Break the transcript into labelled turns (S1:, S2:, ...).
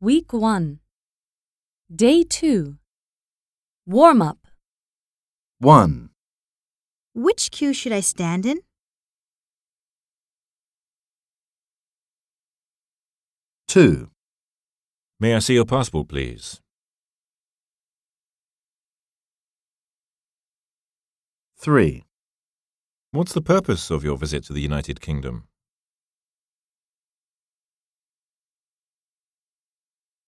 S1: Week 1. Day 2. Warm up.
S2: 1,
S3: Which queue should I stand in?
S2: 2,
S4: May I see your passport, please?
S2: 3,
S4: What's the purpose of your visit to the United Kingdom?